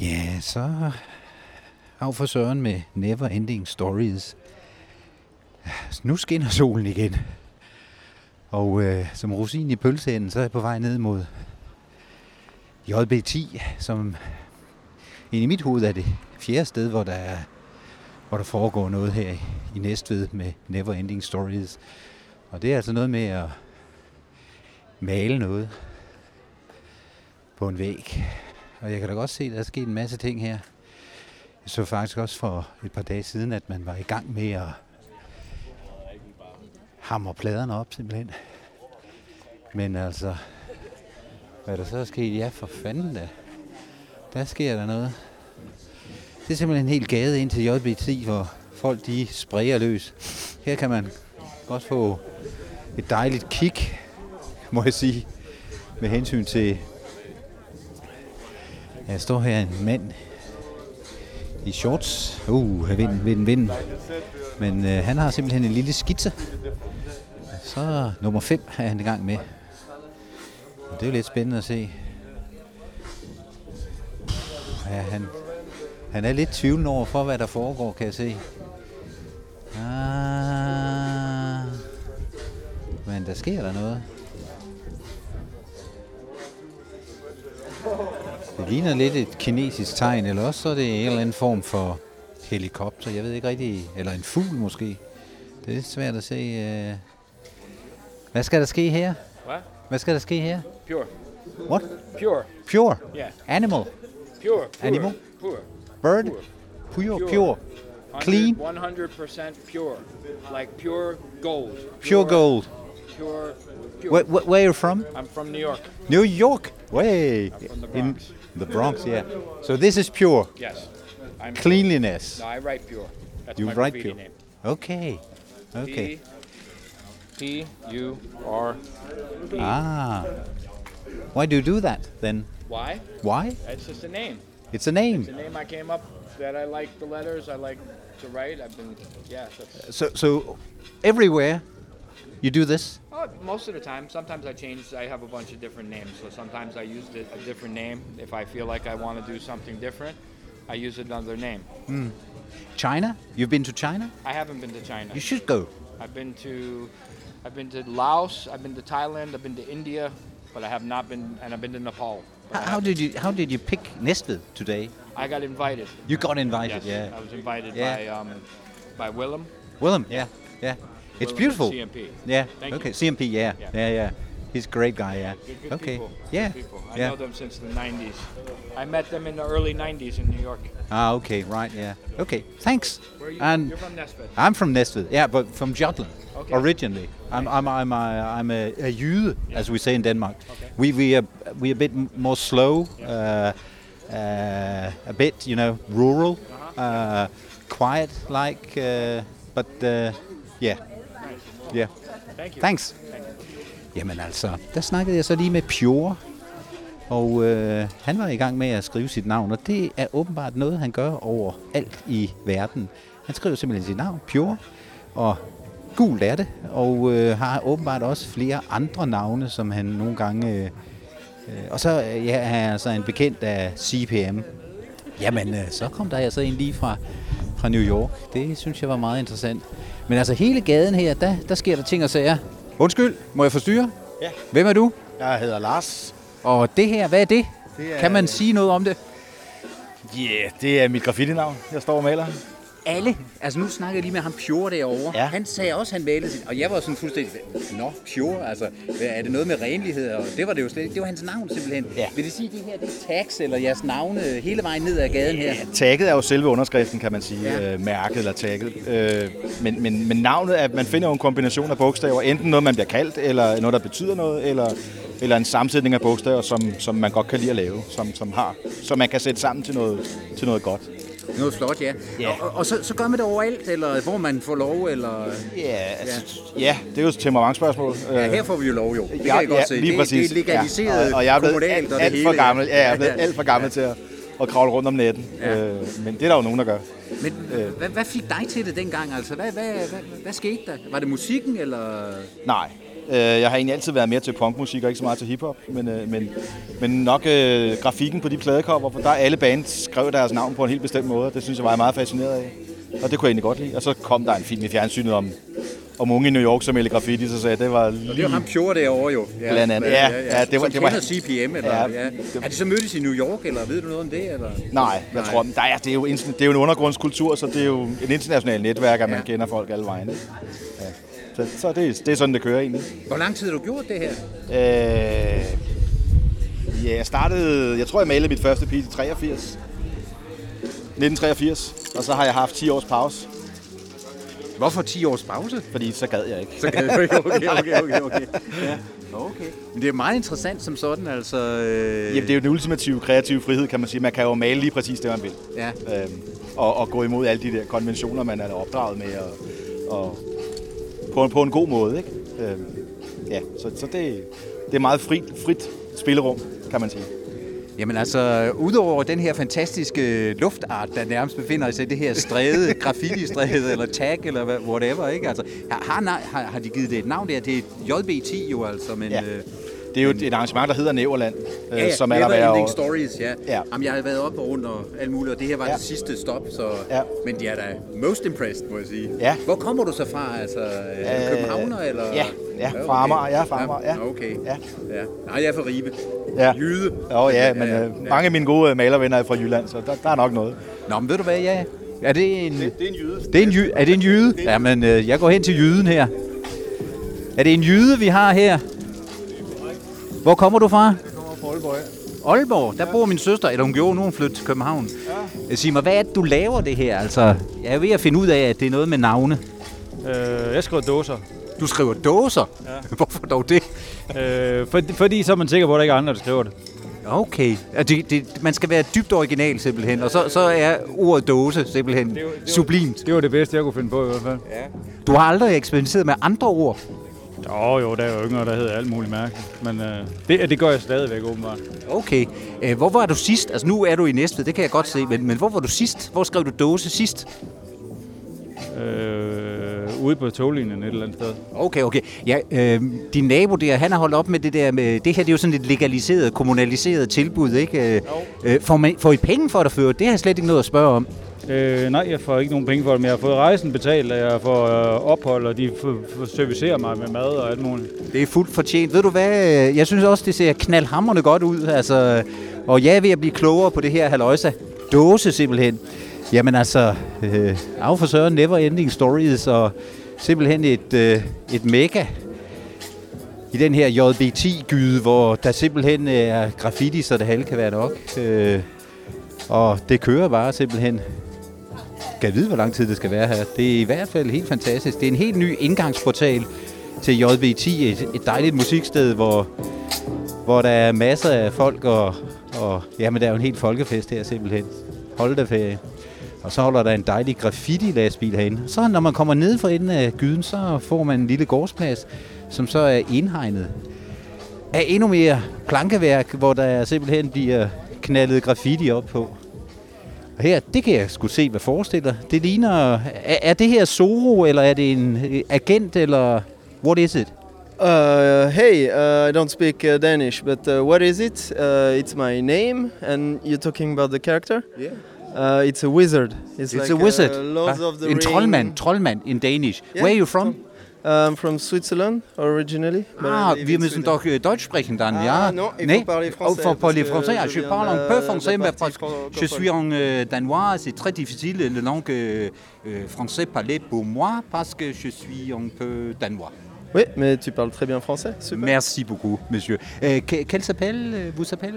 Ja, så af for søren med Never Ending Stories. Nu skinner solen igen. Og øh, som rosin i pølseenden, så er jeg på vej ned mod JB10, som ind i mit hoved er det fjerde sted, hvor der, er, hvor der foregår noget her i, i Næstved med Never Ending Stories. Og det er altså noget med at male noget på en væg. Og jeg kan da godt se, at der er sket en masse ting her. Jeg så faktisk også for et par dage siden, at man var i gang med at hamre pladerne op simpelthen. Men altså, hvad der så er sket? Ja, for fanden da. Der sker der noget. Det er simpelthen en hel gade ind til JB10, hvor folk de sprayer løs. Her kan man godt få et dejligt kick, må jeg sige, med hensyn til... Jeg står her en mand i shorts. Uh, vind, vind, vind. Men øh, han har simpelthen en lille skitse. Så nummer 5 er han i gang med. Og det er jo lidt spændende at se. Ja, han, han er lidt tvivlende over for, hvad der foregår, kan jeg se. Ah, men der sker der noget. Det ligner lidt et kinesisk tegn, eller også så er det en eller anden form for helikopter, jeg ved ikke rigtig, eller en fugl måske. Det er lidt svært at se. øh. Hvad skal der ske her? What? Hvad skal der ske her? Pure. What? Pure. Pure. Yeah. Animal. Pure. pure. Animal? Pure. Bird. Pure. Pure. Pure. Pure. Pure, 100 Clean? 100% pure. Like pure gold. gold. Pure. pure. Where, where, where are you from? I'm from New York. New York. Way. from the In Bronx. the Bronx, yeah. So this is pure. Yes. I'm pure. Cleanliness. No, I write pure. That's You my write graffiti pure. name. Okay. Okay. P U R. P. Ah. Why do you do that then? Why? Why? It's just a name. It's a The name. name I came up that I like the letters. I like to write. I've been. Yeah. That's, So, so everywhere you do this? oh, most of the time. Sometimes I change. I have a bunch of different names. So sometimes I use the, a different name if I feel like I want to do something different. I use another name. China? You've been to China? I haven't been to China. You should go. I've been to, I've been to Laos. I've been to Thailand. I've been to India, but I have not been, and I've been to Nepal. but I How, how haven't- did you How did you pick Nestved today? I got invited. You got invited, Yes, I yeah. was invited Yeah. by um, by Willem. Willem, yeah, yeah. It's Willem at beautiful. CMP. Yeah. Thank okay. you. CMP. Yeah. Yeah. Yeah. Yeah. He's a great guy. Yeah. They're good okay. people. Good Yeah. people. I Yeah. know them since the 90s. I met them in the early 90s in New York. Ah. Okay. Right. Yeah. Okay. Thanks. Where are you? And You're from Nesbitt. I'm from Nestved. Yeah, but from Jutland Okay. originally. I'm I'm I'm a, I'm a, a Jude, as we say in Denmark. Okay. We we are we are a bit m- more slow. Yeah. Uh, uh, a bit, you know, rural, Uh-huh. uh, quiet, like, uh, but uh, yeah, yeah. Thank you. Thanks. Jamen altså, der snakkede jeg så lige med Pure, og øh, han var i gang med at skrive sit navn, og det er åbenbart noget, han gør over alt i verden. Han skriver simpelthen sit navn, Pure, og gult er det, og øh, har åbenbart også flere andre navne, som han nogle gange... Øh, øh, og så øh, ja, er han altså en bekendt af CPM. Jamen, øh, så kom der altså en lige fra, fra New York. Det synes jeg var meget interessant. Men altså hele gaden her, der, der sker der ting og sager. Undskyld, må jeg forstyrre? Ja. Hvem er du? Jeg hedder Lars. Og det her, hvad er det? Det er- Kan man sige noget om det? Ja, yeah, det er mit graffitinavn. Jeg står og maler. Alle. Altså nu snakkede jeg lige med ham Pure derovre. Ja. Han sagde også, han malede sit. Og jeg var sådan fuldstændig, nå Pure, altså hvad, er det noget med renlighed? Og det var det jo slet ikke. Det var hans navn simpelthen. Ja. Vil det sige, at det her det er tags eller jeres navne hele vejen ned ad gaden her? Tagget er jo selve underskriften, kan man sige. Ja. Ja. Øh, mærket eller tagget. Øh, men, men, men navnet er, at man finder jo en kombination af bogstaver. Enten noget, man bliver kaldt, eller noget, der betyder noget, eller, eller en sammensætning af bogstaver, som, som man godt kan lide at lave, som, som har, som man kan sætte sammen til noget, til noget godt. Noget flot, ja. Ja. Og, og, og så, så gør man det overalt, eller hvor man får lov, eller... Ja, altså, ja. det er jo et temperamentsspørgsmål. Ja, her får vi jo lov, jo. Det kan Ja, jeg godt ja, se. Lige det, præcis. det er legaliseret ja. og, og jeg er blevet kommunalt alt, og det alt hele. for gammel, ja, jeg er blevet Ja. alt for gammel til at, at kravle rundt om natten. Ja. Ja. Øh, men det er der jo nogen, der gør. Men Øh. hvad, hvad fik dig til det dengang, altså? Hvad, hvad, hvad, hvad skete der? Var det musikken, eller... Nej, Øh, Jeg har egentlig altid været mere til punkmusik og ikke så meget til hiphop, men, øh, men, men nok øh, grafikken på de pladekopper, for der alle bands skrev deres navn på en helt bestemt måde, og det synes jeg var jeg meget fascineret af. Og det kunne jeg egentlig godt lide. Og så kom der en film i fjernsynet om, om unge i New York, som malte graffiti, så sagde jeg, det var lige... Og det var ham Pjore derovre jo. Ja, Blandt andet. Ja, ja, det var- Som det var- kender CPM, eller, Ja, ja. det- Er de så mødtes i New York, eller ved du noget om det? Eller? Nej, jeg tror, men der er, det, er jo, interna- det er jo en undergrundskultur, så det er jo en international netværk, at man Ja. kender folk alle vegne. Ja. Så, så det, det er sådan, det kører egentlig. Hvor lang tid har du gjort det her? Øh, ja, jeg startede... Jeg tror, jeg malede mit første pige i 83. 1983. Og så har jeg haft 10 års pause, Hvorfor 10 års pause? fordi så gad jeg ikke. Så kan okay, okay, okay, okay. okay. Ja. okay. Men det er meget interessant som sådan, altså... Øh, Jamen, det er jo den ultimative kreative frihed, kan man sige. Man kan jo male lige præcis det, man vil. Ja. Øhm, og, og gå imod alle de der konventioner, man er opdraget med. Og, og på, en- på en god måde, ikke? Øhm, ja, så, så det, det er meget frit, frit spillerum, kan man sige. Jamen altså, udover den her fantastiske luftart, der nærmest befinder sig i det her stræde, graffiti-stræde, eller tag, eller hvad- whatever, ikke? Altså, har, har, na- har, har de givet det et navn der? Det er JB10 jo altså, men... Ja. Øh, Det er jo et, et arrangement, der hedder Næverland, øh, som er Never der hver Ending år. Stories, ja. Ja. ja. Jamen, jeg har været op og rundt og alt muligt, og det her var Ja. ja. det sidste stop, så... Ja. Ja. Men de er da most impressed, må jeg sige. Ja. Hvor kommer du så fra? Altså, øh, københavner, eller... ja, ja, fra Amager, jeg er fra Amager, ja. Okay. Ja. Ja. ja. Nej, jeg er fra Ribe. Ja. Jyde. Åh oh, ja, men øh, mange af mine gode øh, malervenner er fra Jylland, så der, der er nok noget. Nå, men ved du hvad, ja. Er det en, Det er en jyde. det er en, jy, er det en jyde? Jamen, øh, jeg går hen til jyden her. Er det en jyde, vi har her? Hvor kommer du fra? Aalborg, der bor min søster, eller hun gjorde nu, hun flyttede til København. Ja. Sig mig, hvad er det, du laver det her? Altså, jeg er ved at finde ud af, at det er noget med navne. Øh, jeg skriver dåser, Du skriver dåser? Ja. Hvorfor dog det? øh, fordi, fordi så er man sikker på, at der ikke er andre, der skriver det. Okay. Ja, Det, det, man skal være dybt original simpelthen, og så, så er ordet dåse simpelthen det jo- var, det var- sublimt. Det var det bedste, jeg kunne finde på i hvert fald. Du har aldrig eksperimenteret med andre ord. Åh oh, jo, der er jo yngre, der hedder alt muligt mærke. Men øh, det, det gør jeg stadigvæk åbenbart. Okay. Øh, Hvor var du sidst? Altså nu er du i Næstved, det kan jeg godt se, men, men hvor var du sidst? Hvor skrev du dåse sidst? Øh, ude på toglinjen et eller andet sted. Okay, okay. Ja, øh, din nabo der, han har holdt op med det der med... Det her det er jo sådan et legaliseret, kommunaliseret tilbud, ikke? Øh, Øh, får, man, får I penge for det før? Det har jeg slet ikke noget at spørge om. Øh, nej, jeg får ikke nogen penge for det, men jeg har fået rejsen betalt, og jeg får øh, ophold, og de f- f- servicerer mig med mad og alt muligt. Det er fuldt fortjent. Ved du hvad? Jeg synes også, det ser knaldhammerne godt ud. Altså, og jeg er ved at blive klogere på det her haløjsa. Dåse simpelthen. Jamen altså, øh, af for søren Never Ending Stories og simpelthen et, øh, et mega i den her JB10-gyde, hvor der simpelthen øh, er graffiti, så det halve kan være nok. Øh, og det kører bare simpelthen. Kan vide, hvor lang tid det skal være her. Det er i hvert fald helt fantastisk. Det er en helt ny indgangsportal til JB10, et, et dejligt musiksted, hvor, hvor der er masser af folk, og, og jamen, der er jo en helt folkefest her simpelthen. Hold da ferie. Og så holder der en dejlig graffiti-lastbil herinde. Så når man kommer ned for enden af gyden, så får man en lille gårdsplads, som så er indhegnet af endnu mere plankeværk, hvor der simpelthen bliver knaldet graffiti op på. Og her, det kan jeg sgu se, hvad forestiller. Det ligner... Er, er det her Zoro, eller er det en øh, agent, eller... What is it? Uh, hey, uh, I don't speak uh, Danish, but uh, what is it? Uh, it's my name, and you're talking about the character. Yeah. Uh, it's a wizard. It's, It's like, a wizard. Ah, Uh, Lords of the en Ring. troldmand, troldmand in Danish. Yeah, Uh, Where are you from? I'm from Switzerland originally. but I Ah, live wir in müssen Sweden. doch äh, Deutsch sprechen dann, Ah, ja? non, il faut Nee? parler Oh, faut français, parler parce que français. Ah, je je viens parle un de- peu de français, mais partie parce que je francophone. suis en euh, danois, c'est très difficile le langue euh, euh, français parler pour moi parce que je suis un peu danois. Oui, mais tu parles très bien français. Super. Merci beaucoup, monsieur. Euh, que- quel s'appelle euh, Vous s'appelle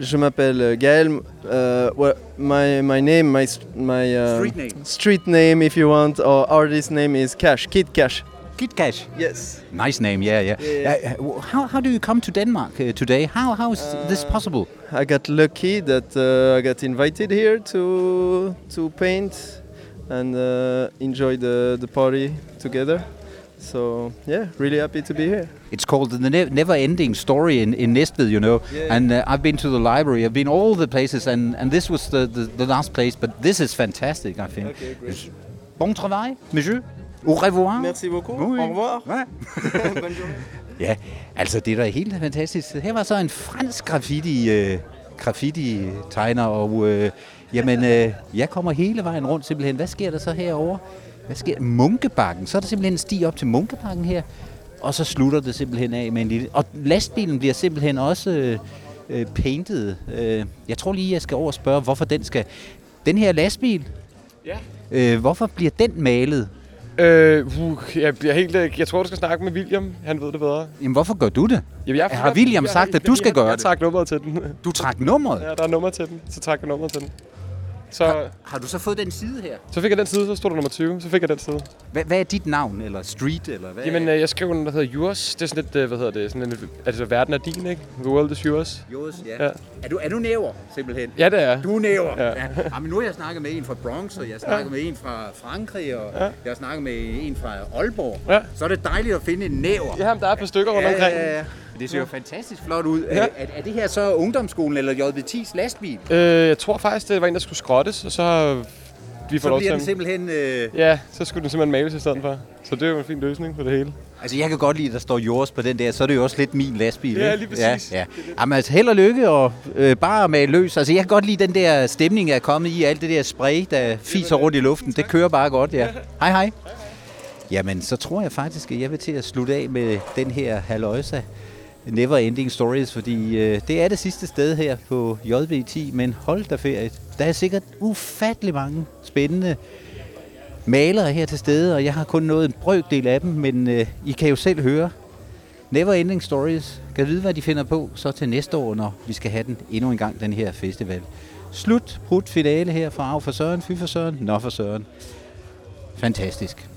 Je m'appelle euh, Gaël. Uh, well, my my name, my st- my uh, Street name. street name, if you want, or artist name is Cash. Kid Cash. Kit Cash. Yes. Nice name, yeah, yeah. Yeah, Uh, uh, how, how do you come to Denmark uh, today? How, how is Euh, this possible? I got lucky that uh, I got invited here to to paint and uh, enjoy the, the party together. So yeah, really happy to be here. It's called the ne- never ending story in, in Nestved, you know. Yeah. And uh, I've been to the library, I've been all the places, and, and this was the, the, the last place, but this is fantastic, I think. Okay, great. Bon travail, monsieur. Au revoir. Merci beaucoup. Oui. Au revoir. Ouais. Bonne journée. Ja, altså det er da helt fantastisk. Her var så en fransk graffiti, øh, graffiti-tegner, og øh, jamen, øh, jeg kommer hele vejen rundt simpelthen. Hvad sker der så herover? Hvad sker Munkebakken. Så er der simpelthen en sti op til Munkebakken her, og så slutter det simpelthen af med en lille... Og lastbilen bliver simpelthen også øh, øh, painted. Øh, jeg tror lige, jeg skal over og spørge, hvorfor den skal... Den her lastbil, Ja. øh, hvorfor bliver den malet? Øh, uh, jeg, bliver helt, øh, jeg tror, du skal snakke med William. Han ved det bedre. Jamen, hvorfor gør du det? Jamen, jeg, Har William sagt, at du skal gøre jeg, det? Jeg trak nummeret til den. Du trak nummeret. ja, der er nummer til den. Så trak jeg nummeret til den. Så, Har du så fået den side her? så fik jeg den side, så stod der nummer 20. Så fik jeg den side. Hvad, hvad er dit navn, eller street, eller hvad? Jamen, øh, jeg skrev en, der hedder Yours. Det er sådan lidt, øh, hvad hedder det? Sådan en, altså, verden er din, ikke? The world is yours. Jodes, ja. Ja. Er, du, er du næver, simpelthen? Ja, det er. Du er næver. Ja. Ja. Jamen, nu har jeg snakket med en fra Bronx, og jeg har snakket ja. med en fra Frankrig, og ja. jeg har snakket med en fra Aalborg. Ja. Så er det dejligt at finde en næver. Ja, men der er et par stykker rundt omkring. ja. Det ser jo fantastisk flot ud. Ja. Er, er det her så ungdomsskolen eller JB10's lastbil? Øh, jeg tror faktisk, det var en, der skulle skrottes, og så har vi fået Så lov bliver til den simpelthen... Øh... Ja, så skulle den simpelthen males i stedet for. Så det er jo en fin løsning på det hele. Altså, jeg kan godt lide, at der står jords på den der, så er det jo også lidt min lastbil. Ja, ikke? lige præcis. Ja, ja. Jamen, altså, held og lykke, og øh, bare med løs. Altså, jeg kan godt lide den der stemning, der er kommet i, alt det der spray, der fiser rundt i luften. Det kører bare godt, ja. Hej, hej. Jamen, så tror jeg faktisk, at jeg vil til at slutte af med den her haløjsa. Never Ending Stories, fordi øh, det er det sidste sted her på JB10, men hold da ferie. Der er sikkert ufattelig mange spændende malere her til stede, og jeg har kun nået en brøkdel af dem, men øh, I kan jo selv høre. Never Ending Stories. Kan vide, hvad de finder på så til næste år, når vi skal have den endnu en gang, den her festival. Slut, brudt finale her fra Af for Søren, Fy for Søren, Nå for Søren. Fantastisk.